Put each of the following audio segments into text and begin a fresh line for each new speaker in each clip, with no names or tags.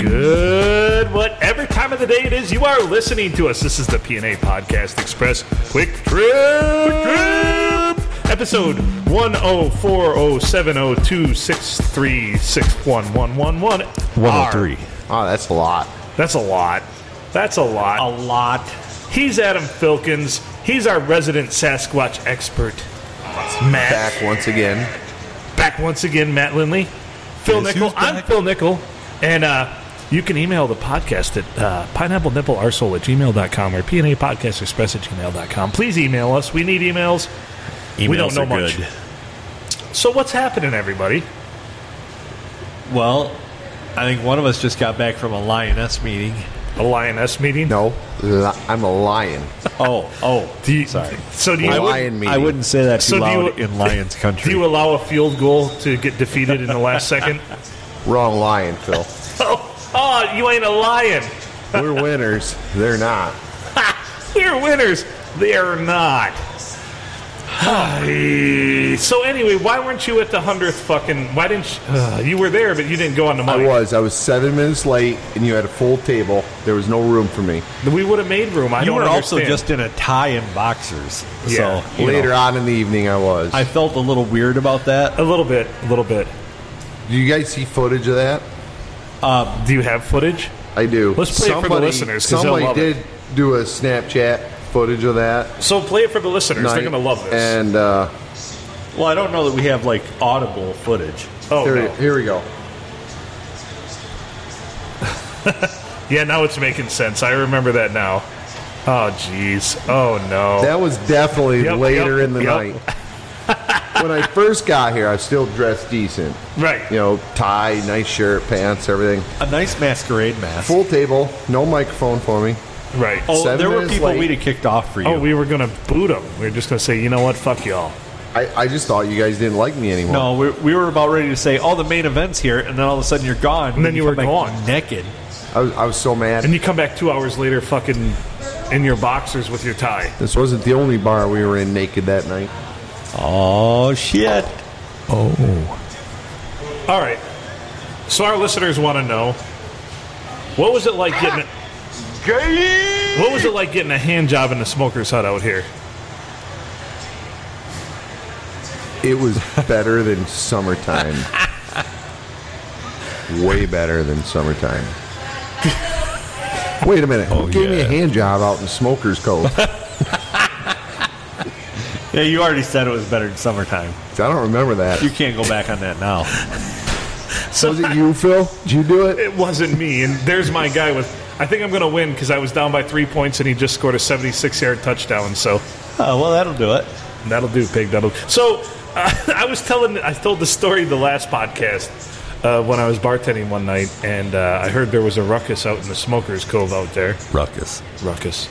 Good, whatever time of the day it is, you are listening to us. This is the PNA Podcast Express Quick Trip, episode 1040702636111.
103.
Oh, that's a lot.
That's a lot. That's a lot.
a lot.
He's Adam Filkins. He's our resident Sasquatch expert. Matt.
Back once again.
Back, once again, Matt Lindley. Phil
Yes,
Nickel.
who's
I'm
back?
Phil Nickel. And uh, you can email the podcast at uh, pineapplenipplearsehole at gmail.com or PNA Podcast Express at gmail.com. Please email us. We need emails. we don't
Emails
know
are
much.
good.
So what's happening, everybody?
Well, I think one of us just got back from a lioness meeting.
A lioness meeting?
No, li- I'm a lion.
Oh, oh,
Do you-
sorry.
So do you,
A
would-
lion meeting.
I wouldn't say that
So
too
do you-
loud in Lions
do
country.
you allow a field goal to get defeated in the last second?
Wrong lion, Phil.
Oh, oh, you ain't a lion.
We're winners. They're not.
They're winners. They're not. Hi. so anyway, why weren't you at the hundredth fucking? Why didn't you, uh, you were there, but you didn't go on the
I
mic?
was. I was seven minutes late, and you had a full table. There was no room for me.
We would have made room. I
You
don't
were also
understand.
just in a tie and boxers.
Yeah.
So you
Later
know,
on in the evening, I was.
I felt a little weird about that.
a little bit, a little bit.
do you guys see footage of that?
Do you have footage?
I do.
Let's play it for the listeners, 'cause they'll
Somebody
love it.
did do a Snapchat footage of that.
So play it for the listeners.
night,
They're gonna love this.
And uh,
Well, I don't know that we have like audible footage.
oh
here,
no.
here we go.
yeah, now it's making sense. I remember that now. Oh jeez. Oh no.
That was definitely
Yep,
later
yep,
in the
yep.
night. when I first got here, I was still dressed decent.
right.
You know, tie, nice shirt, pants, everything.
A nice masquerade mask.
Full table, no microphone for me.
Right.
oh,
seven
there were
minutes
people
late.
we'd have kicked off for you.
Oh, we were gonna boot them. We were just gonna say, you know what? Fuck y'all.
I, I just thought you guys didn't like me anymore.
no, we, we were about ready to say all the main events here, and then all of a sudden you're gone.
And then you were
come back
gone.
naked.
I was, I was so
And
mad.
you come back two hours later, fucking in your boxers with your tie.
This wasn't the only bar we were in naked that night.
Oh shit!
All right. So our listeners want to know what was it like getting a, what was it like getting a hand job in the smoker's hut out here?
It was better than summertime. Way better than summertime. Wait a minute.
Oh,
Who gave me a hand job out in Smoker's Cove? I
Yeah, you already said it was better in summertime.
don't remember that.
You can't go back on that now.
Was it you, Phil? Did you do it?
It wasn't me, and there's my guy with. I think I'm going to win because I was down by three points, and he just scored a 76 yard touchdown. So
Uh,
Oh, well, that'll do it.
That'll do, pig. That'll. So, uh, I was telling, I told the story the last podcast uh, when I was bartending one night, and uh, I heard there was a ruckus out in the Smokers Cove out there.
Ruckus.
Ruckus.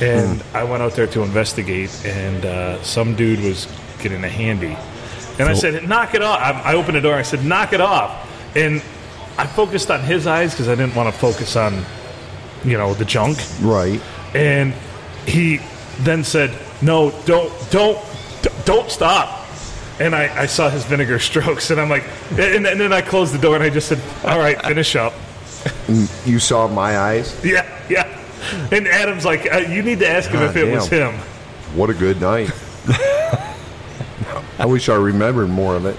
And I went out there to investigate, and uh, some dude was getting a handy, and I said, "Knock it off!" I, I opened the door. and I said, "Knock it off!" And I focused on his eyes because I didn't want to focus on, you know, the junk
Right.
and he then said, "No, don't, don't, don't stop." And I, I saw his vinegar strokes, and I'm like, and, and then I closed the door, and I just said, "All right, finish up."
You saw my eyes.
Yeah, yeah. And Adam's like, uh, "You need to ask him if
God
it was him."
What a good night. I wish I remembered more of it.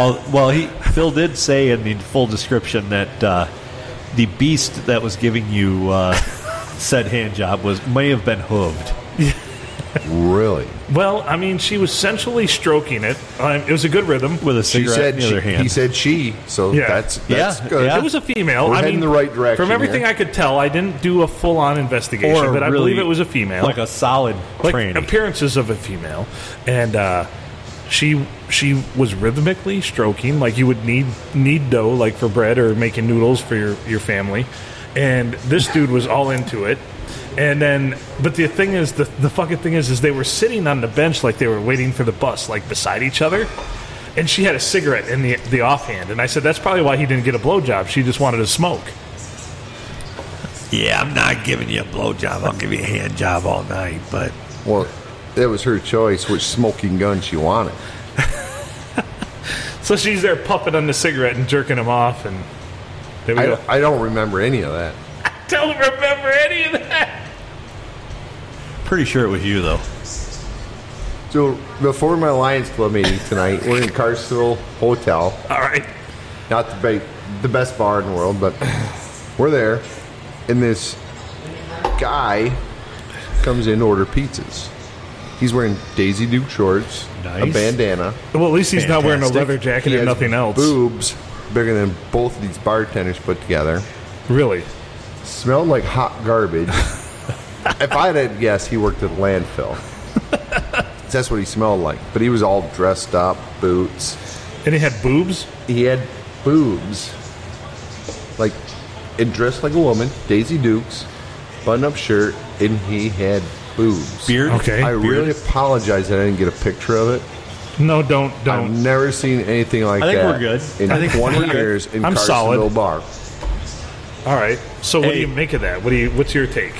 Oh, well, he Phil did say in the full description that uh, the beast that was giving you uh, said hand job was may have been hooved.
Really?
Well, I mean, she was sensually stroking it. Um, it was a good rhythm.
with a
She
cigarette in
said
the
she,
other hand.
he said she, so
Yeah.
that's that's
Yeah,
good.
yeah.
It was a female.
We're
I
heading
mean,
the right direction
From everything
here.
I could tell, I didn't do a full-on investigation, but I believe it was a female.
like a solid
like
tranny.
appearances of a female, and uh, she she was rhythmically stroking like you would need need dough like for bread or making noodles for your your family, and this dude was all into it. And then, but the thing is, the, the fucking thing is, is they were sitting on the bench like they were waiting for the bus, like beside each other. And she had a cigarette in the the offhand, and I said that's probably why he didn't get a blowjob. She just wanted to smoke.
Yeah, I'm not giving you a blowjob. I'll give you a hand job all night, but
Well, it was her choice which smoking gun she wanted.
So she's there puffing on the cigarette and jerking him off, and There we
I,
go.
I don't remember any of that.
Don't remember any of that.
Pretty sure it was you though.
So before my Lions Club meeting tonight, we're in Carsville Hotel.
All right.
Not the, ba- the best bar in the world, but we're there. And this guy comes in to order pizzas. He's wearing Daisy Duke shorts, a
Nice.
bandana.
Well, at least he's not wearing a
Fantastic.
leather jacket
He
and
has
nothing else.
Boobs bigger than both of these bartenders put together.
Really?
Smelled like hot garbage. if I had to guess, he worked at a landfill. That's what he smelled like. But he was all dressed up, boots.
And he had boobs.
He had boobs, like, and dressed like a woman. Daisy Dukes, button-up shirt, and he had boobs.
Beard.
Okay.
I really apologize that I didn't get a picture of it.
No, don't,
I've
don't.
never seen anything like
I
that.
think we're good.
In
I think we're
20
good.
years in
I'm
Carsonville
solid.
Bar.
All right. So, what do
Hey.
you make of that? What do you? What's your take?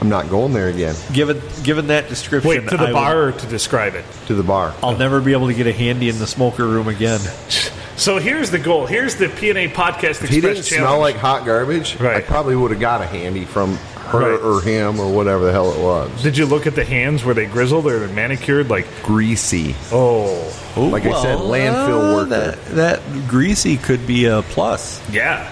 I'm not going there again
Given given that description,
Wait to the
I would-
bar or to describe it.
to the bar.
I'll never be able to get a handy in the smoker room again.
So here's the goal. Here's the PNA podcast. Express
If he didn't
challenge.
smell like hot garbage, I
Right.
probably would have got a handy from her
Right.
or him or whatever the hell it was.
Did you look at the hands? Were they grizzled or manicured? Like,
Greasy.
oh,
Like I said,
uh,
landfill worker.
That, that greasy could be a plus.
yeah.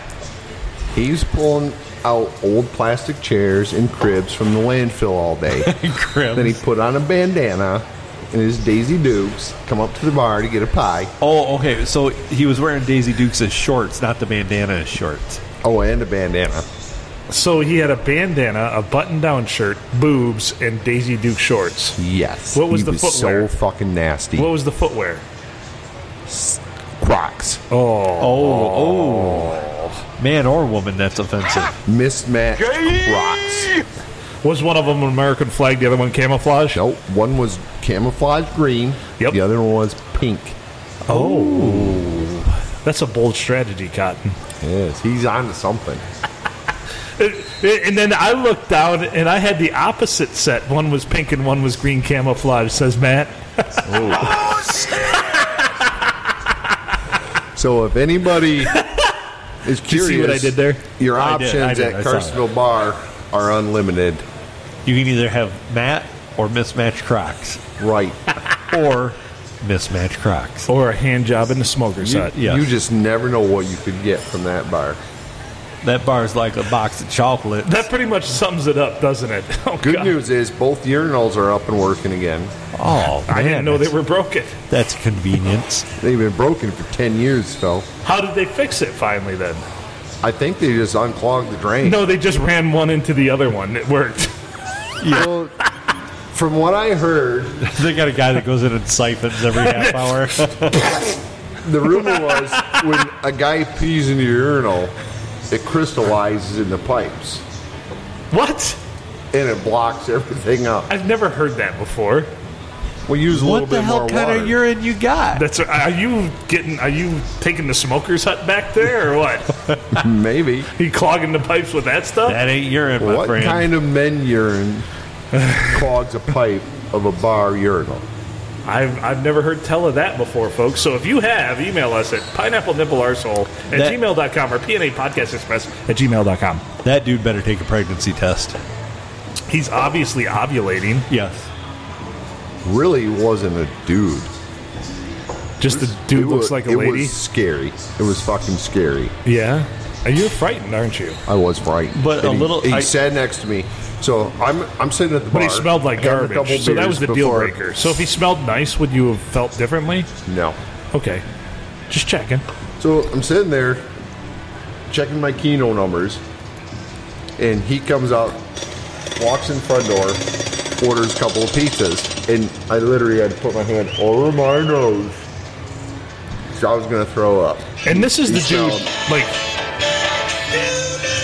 He's pulling out old plastic chairs and cribs from the landfill all day. then he put on a bandana and his Daisy Dukes, come up to the bar to get a pie.
Oh, okay. So he was wearing Daisy Dukes' shorts, not the bandana as shorts.
Oh, and a bandana.
So he had a bandana, a button-down shirt, boobs, and Daisy Duke shorts.
Yes.
What was
he
the
was
footwear?
so fucking nasty.
What was the footwear?
Crocs.
Oh,
Oh, oh. Man or woman, that's offensive.
Mismatched Crocs.
was one of them an American flag? The other one camouflage.
Nope. One was camouflage green.
Yep.
The other one was pink.
That's a bold strategy, Cotton.
Yes. He's on to something.
And then I looked down, and I had the opposite set. One was pink, and one was green camouflage. Says Matt.
So if anybody is
you
curious,
see what I did there?
Your
I
options
did, I did,
at
I saw
Carsonville Bar are unlimited.
You can either have Matt or mismatched Crocs,
Right.
or mismatched Crocs.
Or a hand job in the smoker's hut.
Yes.
You just never know what you could get from that bar.
That bar is like a box of chocolate.
That pretty much sums it up, doesn't it? Oh,
Good
God.
news is both urinals are up and working again.
Oh, man,
I didn't know they
that's,
were broken.
that's convenience.
They've been broken for 10 years, Phil.
How did they fix it finally then?
I think they just unclogged the drain.
No, they just ran one into the other one. It worked.
Well, from what I heard,
they got a guy that goes in and siphons every half hour.
the rumor was when a guy pees in the urinal, it crystallizes in the pipes
What?
and it blocks everything up.
I've never heard that before.
We use a little
what the
bit more
hell kind
water.
of urine you got?
That's are you getting? Are you taking the smoker's hut back there or what?
Maybe.
you clogging the pipes with that stuff?
That ain't urine, my
what
friend.
kind of men urine clogs a pipe of a bar urinal?
I've I've never heard tell of that before, folks. So if you have, email us at pineapple nipple arsehole at
That-
gmail.com or pna podcast express at gmail.com.
that dude better take a pregnancy test.
He's obviously ovulating.
Yes.
Really wasn't a dude.
Just the dude
It
looks
wa-
like a
it
lady.
was scary. It was fucking scary.
Yeah. And you're frightened, aren't you?
I was frightened.
But
And
a
he-
little-
He
I-
sat next to me, so I'm I'm sitting at the bar.
But he smelled like
having a couple
garbage. So that
beers
was the deal
before-
breaker. So if he smelled nice, would you have felt differently?
No.
Okay. Just checking.
So I'm sitting there checking my Keno numbers, and he comes out, walks in the front door, orders a couple of pizzas, and I literally had to put my hand over my nose. So I was gonna throw up.
And this is the dude like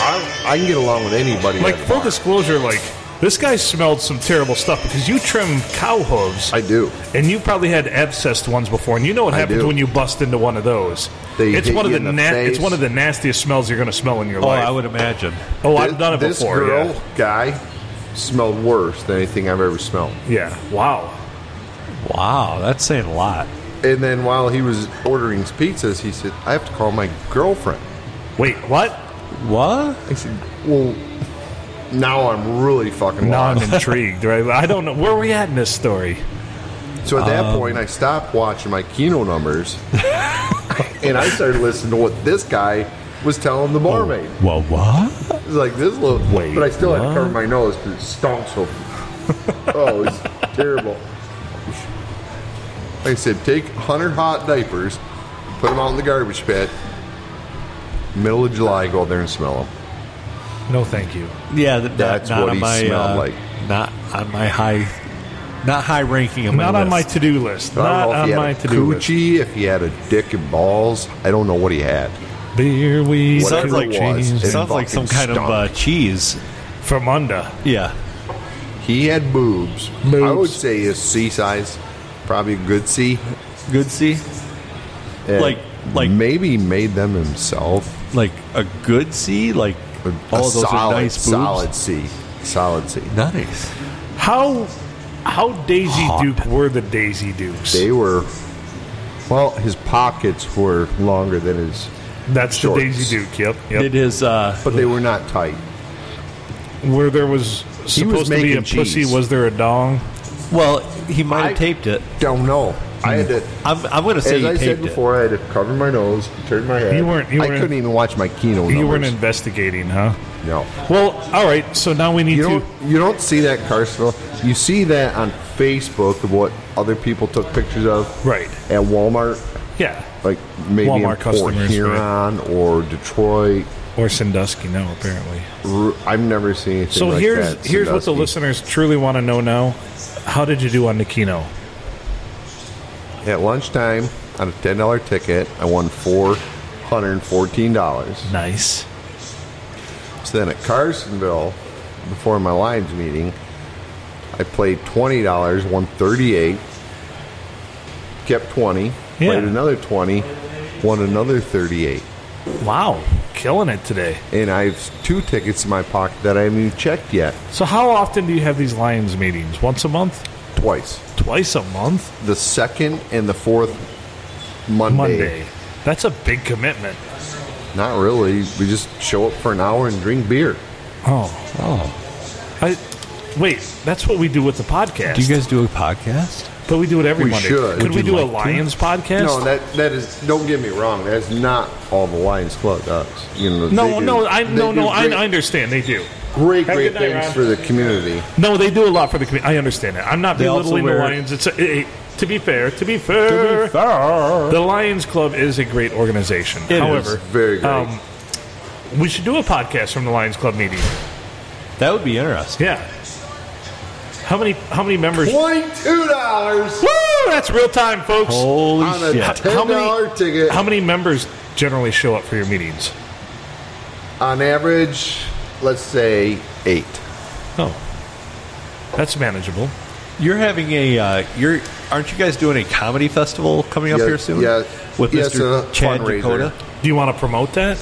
I, I can get along with anybody.
like
at a
full
bar.
disclosure, like this guy smelled some terrible stuff because you trim cow hooves
I do.
and you probably had abscessed ones before and you know what
I
happens
do.
when you bust into one of those.
They
it's
hit
one of
you
the,
in the
na- it's
face.
one of the nastiest smells you're gonna smell in your
Oh,
life.
I would imagine.
oh,
Thi-
I've done it
this
before.
girl
yeah.
guy smelled worse than anything I've ever smelled.
yeah. Wow.
Wow, that's saying a lot.
And then while he was ordering his pizzas, he said, "I have to call my girlfriend."
Wait, what?
What?
I said, well, now I'm really fucking
Now
lost.
I'm intrigued, right? I don't know. Where are we at in this story?
So at
Um.
that point, I stopped watching my Keno numbers, and I started listening to what this guy was telling the barmaid.
Well, what?
It's like this little,
Wait,
but I still had to
what?
cover my nose because it stunk so. oh, it's terrible. Like I said, take hundred hot diapers, put them out in the garbage pit. Middle of July, go out there and smell them.
No, thank you.
Yeah, th-
That's
not
what
on
he
my,
smelled
uh,
like.
Not on my high, not high ranking. On my
Not on my
list.
to do list.
I
Not
don't know if
on
he had
my
a
to do list.
coochie, if he had a dick and balls. I don't know what he had.
Beer, weed,
Whatever
sounds like
it was,
coochies.
it
sounds like some
fucking
kind of
stunk.
uh, cheese.
from under.
Yeah,
He had boobs. I
Boobs.
would say his C size, probably a good C.
good see,
And
Like- like-
maybe made them himself.
like a good see, like
A,
all
a
those
solid,
are nice boobs.
solid C, solid C.
Nice.
How how Daisy
Hot.
Duke were the Daisy Dukes?
They were. Well, his pockets were longer than his,
That's
shorts.
the Daisy Duke. Yep, yep.
Did his uh,
but they were not tight.
Where there was supposed to be a
making cheese.
pussy, was there a dong?
well, he might have
I-
taped it.
Don't know. I had to,
I'm, I'm going to say
as
he
I said
taped
before, I had to cover my nose, turn my head.
You weren't- you
I
weren't-
couldn't even watch my Kino numbers.
You weren't investigating, huh?
No.
Well, all right. So now we need
You
to.
don't you don't see that Carsville. You see that on Facebook of what other people took pictures of.
Right.
At Walmart,
Yeah.
like maybe
Walmart
in Port
customers,
Huron or Detroit.
Or Sandusky now, apparently.
R- I've never seen anything
So
like
here's
that.
here's what the
Sandusky.
listeners truly want to know now. How did you do on Nikino?
at lunchtime on a ten dollar ticket, I won four hundred and fourteen dollars.
Nice.
So then at Carsonville, before my Lions meeting, I played twenty dollars, won thirty eight, kept twenty,
Yeah.
played another twenty, won another thirty eight.
Wow, killing it today.
And I have two tickets in my pocket that I haven't even checked yet.
So how often do you have these Lions meetings? Once a month?
Twice.
Twice a month?
The second and the fourth Monday.
Monday. That's a big commitment.
Not really. We just show up for an hour and drink beer.
Oh. I wait, that's what we do with the podcast.
it. Do you guys do a podcast?
but we do it every
We
Monday.
should.
Could
Would
we
you
do a
like to?
Lions podcast?
No, that that is. Don't get me wrong. That's not all the Lions Club does. You know. they
no,
do-
no, I
they
no,
do
no, I,
great-
I understand they do.
great,
Have a good
great
night,
things
Ron.
for the community.
No, they do a lot for the community. I understand that. I'm not
They also
belittling the
wear-
Lions. It's a, eh, eh, to be fair, to be fair, the Lions Club is a great organization.
is.
However,
Very great.
Um, we should do a podcast from the Lions Club meeting.
That would be interesting.
Yeah. How many? How many members?
Twenty-two dollars
Woo! That's real time, folks.
Holy
on a
shit!
How
ten
many-
dollar ticket.
How many members generally show up for your meetings?
on average, let's say eight.
Oh, that's manageable.
You're having a uh, you're aren't you guys doing a comedy festival coming up
Yeah,
here soon?
yeah.
with
Yes,
Mr.
a
Chad
fundraiser.
Dakota.
Do you want to promote that?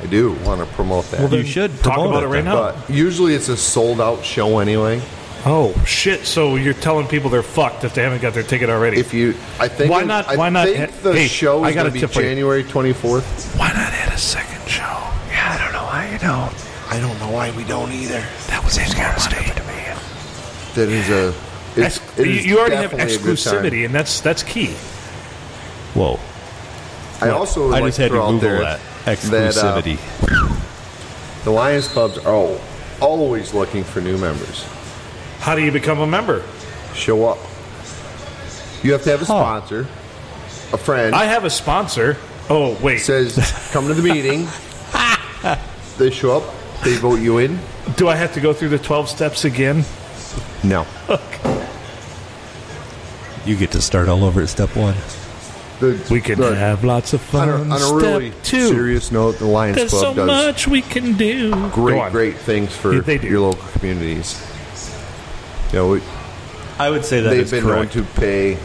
I do want to promote that,
then- You should
talk
promote
about
it
it right
then,
now.
but usually it's a sold-out show anyway.
Oh shit! So you're telling people they're fucked if they haven't got their ticket already.
If you, I think
Why
it-
not-
I
why not-
think the
hey,
show
I
is
got
going to
a
be
tip for you.
January twenty-fourth.
Why not add a second show? Yeah, I don't know why you don't. I don't know why we don't either. That was his kind of man.
That is a. It's,
Ex-
it
you-
is
you already have
definitely a good time.
exclusivity, and that's that's key.
Whoa!
I also would
I
like
just had to
throw out
Google
there
that
that, uh,
exclusivity.
the Lions clubs are al- always looking for new members.
How do you become a member?
Show up. You have to have a sponsor, a friend
I have a sponsor. Oh wait,
says, "Come to the meeting." they show up. They vote you in.
do I have to go through the twelve steps again?
No,
you get to start all over at step one.
The-
We can
the-
have lots of fun.
on a, on a
Step
really
two.
serious note, the Lions
There's so
Club does
much we can do. Go
great,
on.
great things for
Yeah, they do.
your local communities. You know, it-
I would say that
they've
is
been
correct.
known to pay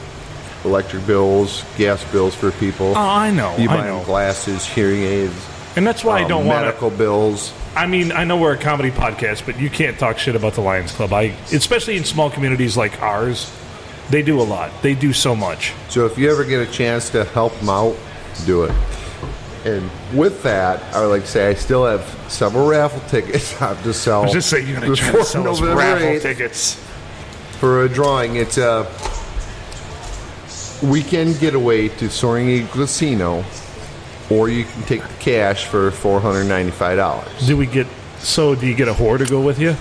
electric bills, gas bills for people.
Oh, I know.
You
I
buy
know.
them glasses, hearing aids.
And that's why I
um,
don't want to.
medical bills.
I mean, I know we're a comedy podcast, but you can't talk shit about the Lions Club. I, especially in small communities like ours, they do a lot. They do so much.
So if you ever get a chance to help them out, do it. And with that, I would like to say I still have several raffle tickets out to sell.
I was just saying you're going to try
before
to sell us
November
raffle
8th
tickets.
for a drawing. It's a weekend getaway to Soaring Eagle Casino, or you can take the cash for four hundred ninety-five dollars.
Do we get? So do you get a whore to go with you?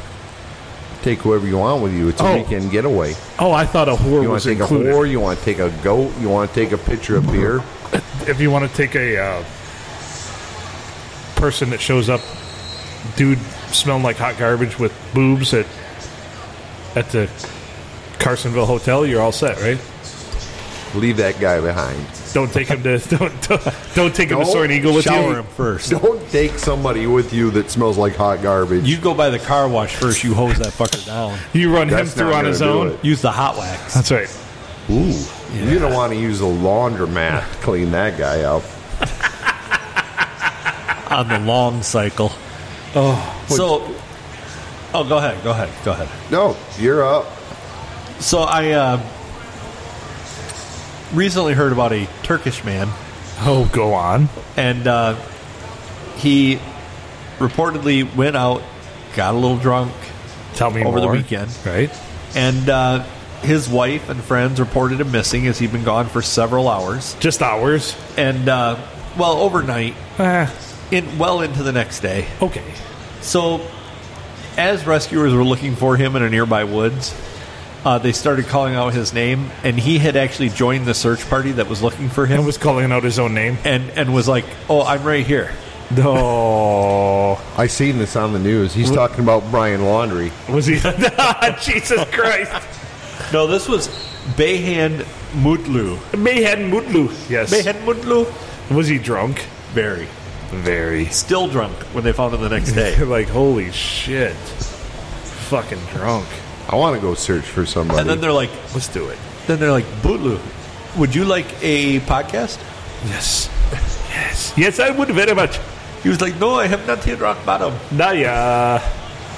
Take whoever you want with you. It's a
Oh.
weekend getaway.
Oh, I thought a whore
You want
was
to take
included.
a whore? You want to take a goat? You want to take a picture of beer?
If you want to take a uh, person that shows up, dude smelling like hot garbage with boobs at at the Carsonville hotel, you're all set, right?
Leave that guy behind.
Don't take him to don't don't, don't take him to
Don't
Soaring Eagle with
Shower
you.
him first.
Don't take somebody with you that smells like hot garbage.
You go by the car wash first. You hose that fucker down.
You run him
That's
through
not
on
gonna
his
do
own.
it.
Use the hot wax.
That's right.
Ooh, you don't want to use a laundromat to clean that guy up.
on the long cycle. Oh, so oh, go ahead, go ahead, go ahead.
No, you're up.
So I uh, recently heard about a Turkish man,
Oh, go on.
and uh, he reportedly went out, got a little drunk,
Tell me
Over the
more.
weekend.
right?
and uh, his wife and friends reported him missing as he'd been gone for several hours,
Just hours.
and uh, well, overnight,
Ah,
in well into the next day.
okay.
So, as rescuers were looking for him in a nearby woods, uh, they started calling out his name, and he had actually joined the search party that was looking for
And
him,
was calling out his own name.
and and was like, "Oh, I'm right here."
No.
I seen this on the news. He's talking about Brian Laundry.
Was he? Jesus Christ.
No, this was Behan Mutlu.
Mayhem Mutlu. Yes.
Behan Mutlu,
Was he drunk?
very
Very.
still drunk when they found him the next day.
like, holy shit. Fucking drunk.
I want to go search for somebody.
And then they're like,
Let's do it.
then they're like, Butlu, would you like a podcast?
Yes. Yes. Yes, I would very much.
He was like, No, I have not hit rock bottom.
Naya.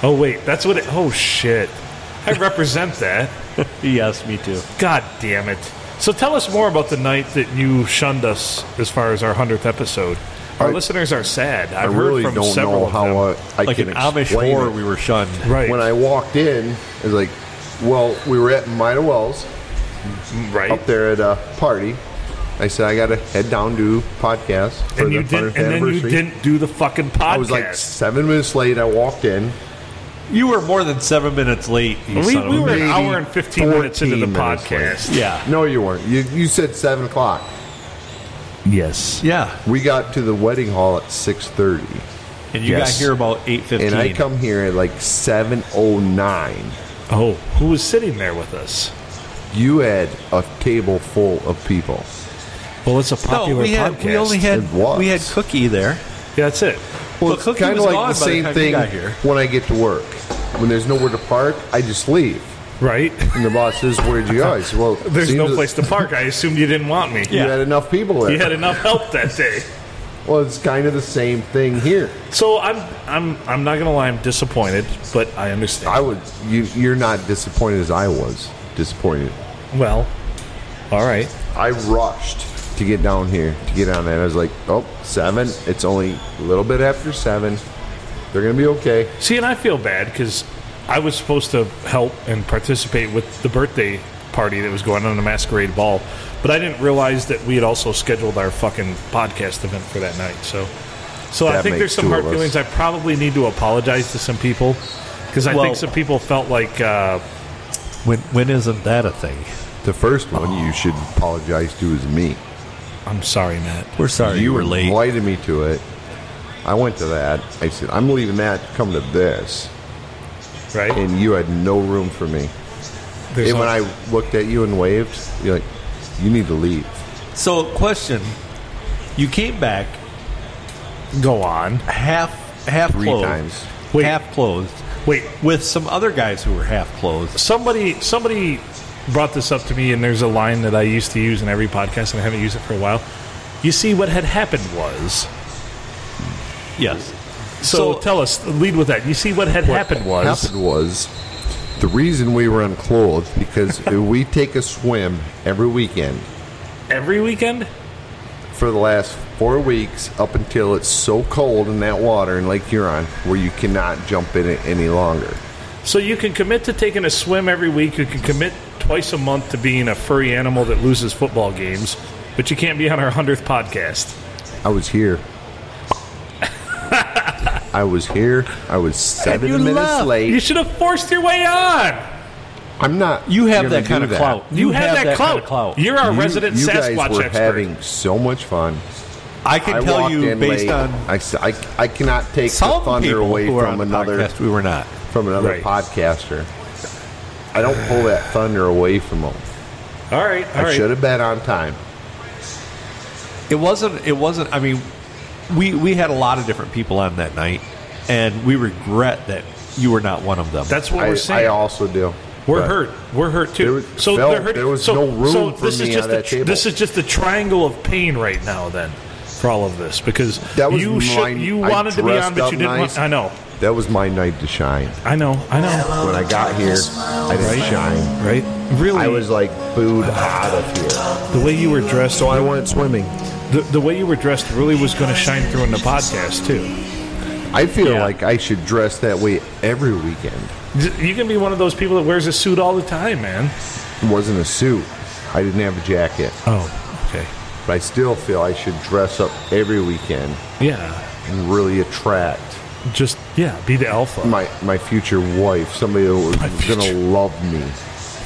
Oh, wait. That's what it. Oh, shit. I represent that.
Yes, me too.
God damn it. So tell us more about the night that you shunned us as far as our 100th episode. Our
I-
listeners are sad.
I
I've
really
heard from
don't
several
know
of
how
them.
uh, I
Like
can
an Amish
explain
war,
it.
we were shunned.
right.
When I walked in, it was like, well, we were at Mida Wells
right.
up there at a party. I said I got to head down to podcast for
and
the
you
100th
didn't, and then
anniversary.
you didn't do the fucking podcast.
I was like seven minutes late. I walked in.
You were more than seven minutes late. You
we,
son of
we
a
were an
bitch.
hour and fifteen minutes into the
14 minutes
podcast.
Yeah.
No, you weren't. You, you said seven o'clock.
Yes,
Yeah.
We got to the wedding hall at six thirty.
And you
Yes.
got here about 8.15.
and I come here at like 709.
Oh, who was sitting there with us?
You had a table full of people.
Well, it's a
no,
popular
we, had,
podcast.
we only had,
It was.
we had Cookie there.
yeah, that's it.
Well,
But
it's
Cookie
kind of
was
like
gone
the
by the
same
time you
thing
got here.
when I get to work. When there's nowhere to park, I just leave.
Right?
And the boss says, "Where'd you go?" I said, "Well,
There's
seems
no
that
place to park. I assumed you didn't want me.
You
Yeah.
had enough people there.
You had enough help that day.
well, it's kind of the same thing here.
So I'm, I'm, I'm not gonna lie. I'm disappointed, but I understand.
I would. You, you're not disappointed as I was disappointed.
Well, all right.
I rushed to get down here to get on that. I was like, "Oh, seven. It's only a little bit after seven. They're gonna be okay."
See, and I feel bad because I was supposed to help and participate with the birthday party that was going on the masquerade ball, but I didn't realize that we had also scheduled our fucking podcast event for that night. So, so I
That
think there's
makes
some
two
hard
of us.
feelings. I probably need to apologize to some people because I
Well-
think some people felt like uh,
When, when isn't that a thing?
The first one you should apologize to is me.
I'm sorry, Matt.
We're sorry you were late.
invited me to it. I went to that. I said, I'm leaving that, come to this.
Right?
And you had no room for me.
There's
and when
no-
I looked at you and waved, you're like, you need to leave.
So, question. You came back
go on.
half half
Three
closed.
times.
Wait.
Half closed.
Wait,
With some other guys who were half closed.
somebody somebody brought this up to me and there's a line that I used to use in every podcast and I haven't used it for a while. You see what had happened was
Yes.
so,
So-
tell us lead with that. You see what had happened
What
was
happened was the reason we were unclothed because we take a swim every weekend
every weekend?
for the last four weeks up until it's so cold in that water in Lake Huron where you cannot jump in it any longer.
So you can commit to taking a swim every week. You can commit twice a month to being a furry animal that loses football games, but you can't be on our hundredth podcast.
I was here. I was here. I was seven
you
minutes
left.
late.
You should have forced your way on.
I'm not.
You have
gonna
that kind
do
of clout.
You, had that, clout.
kind of clout.
You're our
You-
resident
you
Sasquatch
guys were
expert.
having so much fun.
I can
I
tell
walked
you
in
based
late.
on
I, s- I- I cannot take the
some
thunder
people
away
who are
from
on the
another
podcast, we were not.
from another
Right.
podcaster. I don't pull that thunder away from them.
all right, all
I
right.
should have been on time.
It wasn't. It wasn't. I mean, we we had a lot of different people on that night, and we regret that you were not one of them.
That's what
I,
we're saying.
I also do.
We're
But
hurt. We're hurt too.
There was-
so
felt-
they're hurt.
there was
so,
no room
so
for
this is
me on
just
that
the, tr-
table.
This is just the triangle of pain right now. Then for all of this, because
That was
you should,
mine.
you
I
wanted to be on,
dressed
but
up
you didn't.
nice.
Want, I know.
That was my night to shine.
I know. I know.
When I got here, I didn't shine.
Right? Really,
I was like booed out of here.
the way you were dressed.
So I went swimming.
The, the way you were dressed really was going to shine through in the podcast too.
I feel
Yeah.
like I should dress that way every weekend.
D- You can be one of those people that wears a suit all the time, man.
It wasn't a suit. I didn't have a jacket,
Oh, okay.
but I still feel I should dress up every weekend
Yeah,
and really attract
just yeah, be the alpha.
my my future wife, somebody that was going to
future-
love me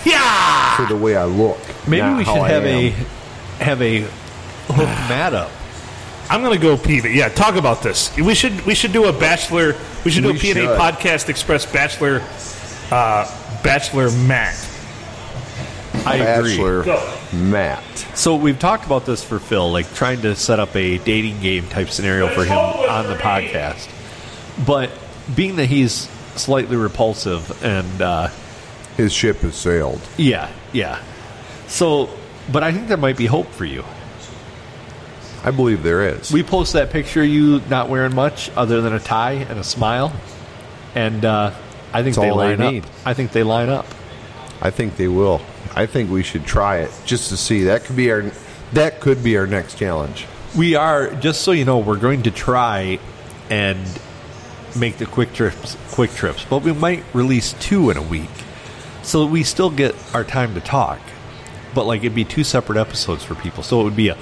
yeah.
for the way I look.
Maybe
not
we
how
should
I
have a
am.
have a hook mat up.
I'm gonna go pee, but yeah, talk about this. We should we should do a bachelor. We should do
We
a P&A
should.
podcast express bachelor, uh, bachelor Matt.
I agree.
bachelor
Go.
Matt.
So we've talked about this for Phil, like trying to set up a dating game type scenario for him on the podcast. But being that he's slightly repulsive and uh,
His ship has sailed.
yeah, yeah. So, but I think there might be hope for you.
I believe there is.
We post that picture of you not wearing much other than a tie and a smile, and uh, I think
That's
they
all I
line
need.
up. I think they line up.
I think they will. I think we should try it just to see. That could be our that could be our next challenge.
We are just so you know, we're going to try and make the quick trips, quick trips, but we might release two in a week, so we still get our time to talk. But like it'd be two separate episodes for people, so it would be a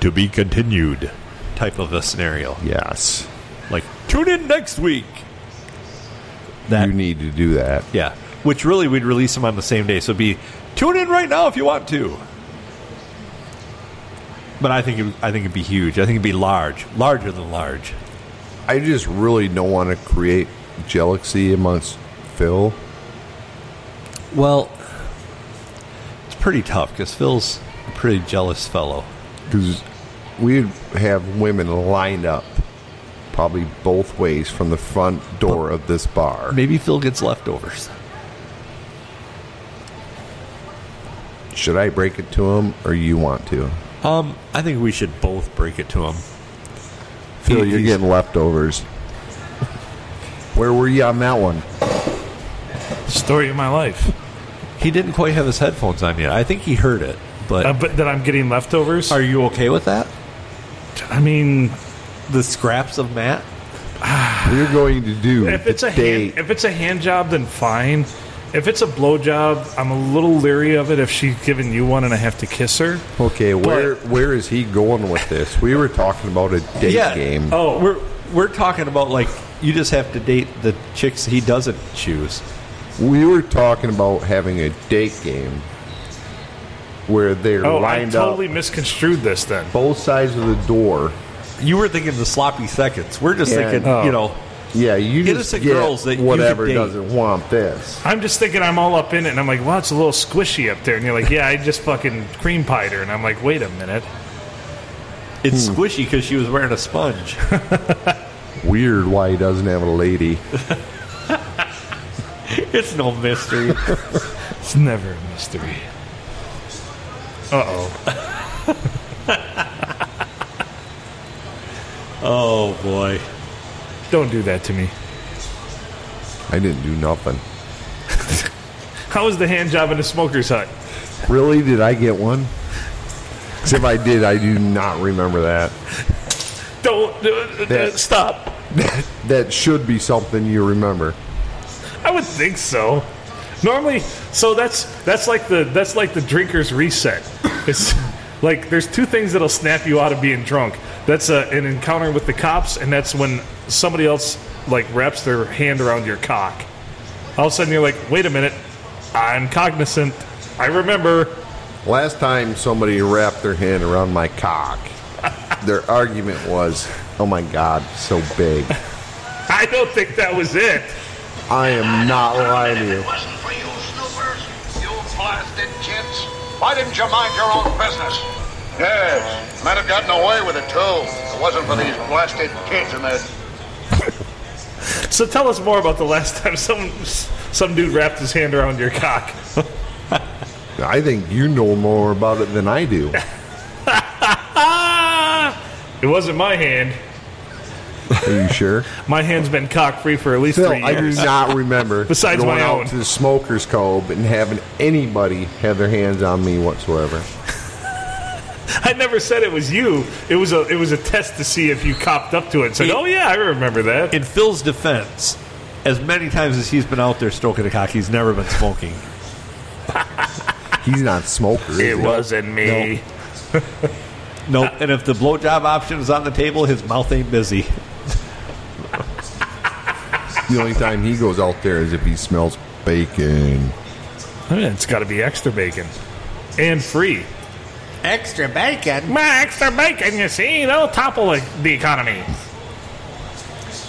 to be continued type of a scenario.
Yes.
Like tune in next week. That
you need to do that.
yeah, which really we'd release them on the same day, so it'd be tune in right now if you want to. But I think it, I think it'd be huge. I think it'd be large, larger than large.
I just really don't want to create jealousy amongst Phil.
Well, it's pretty tough because Phil's a pretty jealous fellow.
because we'd have women lined up probably both ways from the front door of this bar.
Maybe Phil gets leftovers.
Should I break it to him or you want to?
Um, I think we should both break it to him.
Phil, you're
He's-
getting leftovers. Where were you on that one?
Story of my life.
He didn't quite have his headphones on yet. I think he heard it, but
Uh,
Um,
but that I'm getting leftovers.
are you okay with that?
I mean,
The scraps of Matt.
We're going to do
if it's
the
a
date.
hand, if it's a hand job, then fine. If it's a blow job, I'm a little leery of it. If she's giving you one and I have to kiss her,
okay, where where is he going with this? We were talking about a date game.
Oh, we're we're talking about like you just have to date the chicks he doesn't choose.
We were talking about having a date game where they're
oh, I
lined
totally
up
misconstrued this. Then
both sides of the door.
You were thinking the sloppy seconds. We're just
Yeah.
thinking,
Oh.
you know,
Yeah, you just
Innocent
get
girls that you could
whatever
date.
doesn't want this.
I'm just thinking I'm all up in it, and I'm like, wow, it's a little squishy up there. And you're like, yeah, I just fucking cream pied her, and I'm like, wait a minute.
Hmm.
it's squishy because she was wearing a sponge.
Weird why he doesn't have a lady.
it's no mystery.
It's never a mystery. Uh oh.
oh boy.
Don't do that to me.
I didn't do nothing.
How was the hand job in the smoker's hut?
Really? Did I get one? 'Cause if I did, I do not remember that.
Don't uh, uh,
That-
stop.
That should be something you remember.
I would think so. Normally, so that's that's like the that's like the drinker's reset. It's like there's two things that'll snap you out of being drunk. That's a, an encounter with the cops, and that's when somebody else like wraps their hand around your cock. All of a sudden, you're like, wait a minute, I'm cognizant. I remember.
Last time somebody wrapped their hand around my cock, their argument was, "Oh my God, so big."
I don't think that was it.
I am not lying to you.
If it wasn't for you snoopers, you blasted kids. Why didn't you mind your own business? Yes, might have gotten away with it too. If it wasn't for these blasted kids and their
So tell us more about the last time some some dude wrapped his hand around your cock.
I think you know more about it than I do.
Ah! It wasn't my hand.
Are you sure?
My hand's been cock free for at least
Phil,
three
I do
years.
not remember
Besides
going
my
out
own.
to the smokers' cove and having anybody have their hands on me whatsoever.
I never said it was you. It was a it was a test to see if you copped up to it. Said,
It-
"Oh yeah, I remember that."
In Phil's defense, as many times as he's been out there stroking a cock, he's never been smoking.
He's not a smoker. is he?
me.
Nope. And if the blowjob option is on the table, his mouth ain't busy.
The only time he goes out there is if he smells bacon.
It's got to be extra bacon and free.
Extra bacon.
My extra bacon, you see, that'll topple the- the economy.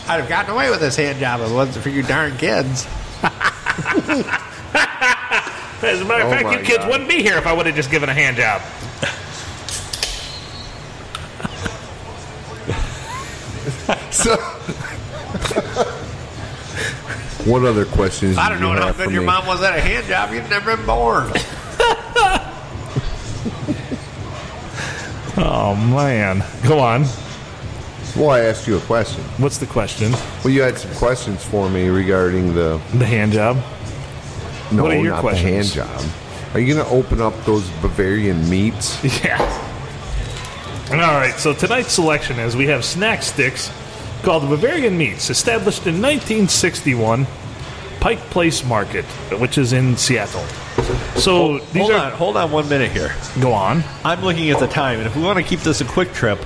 I'd have gotten away with this hand job if it wasn't for you darn kids.
As a matter of
Oh
fact,
my
you kids
God.
wouldn't be here if I would have just given a hand job.
So, what other questions?
I
do
don't
you
know how
have for
good your
me?
mom was at a hand job. You'd never been born.
Oh man, go on.
Well, I asked you a question.
What's the question?
Well, you had some questions for me regarding the
The hand job.
no,
What are your
not
questions?
the hand job. Are you going to open up those Bavarian meats?
Yeah. All right, so tonight's selection is we have snack sticks called the Bavarian Meats, established in 1961, Pike Place Market, which is in Seattle. So these
hold
are
on, hold on one minute here.
go on.
I'm looking at the time, and if we want to keep this a quick trip,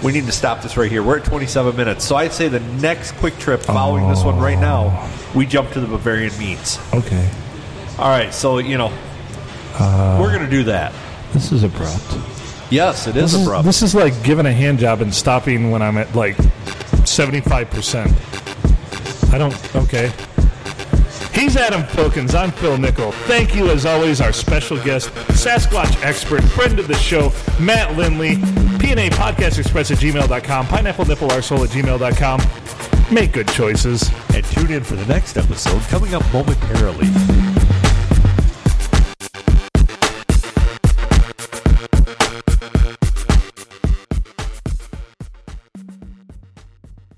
we need to stop this right here. We're at 27 minutes, so I'd say the next quick trip following this one right now, we jump to the Bavarian meats.
Okay.
All right, so you know, we're gonna do that.
This is abrupt.
Yes, it is
This is,
abrupt.
this is like giving a hand job and stopping when I'm at like 75%. I don't, okay. He's Adam Pilkins. I'm Phil Nickel. Thank you, as always, our special guest, Sasquatch expert, friend of the show, Matt Lindley, PNA Podcast Express at gmail.com, pineapple nipple arsehole at gmail.com. Make good choices.
and tune in for the next episode coming up momentarily.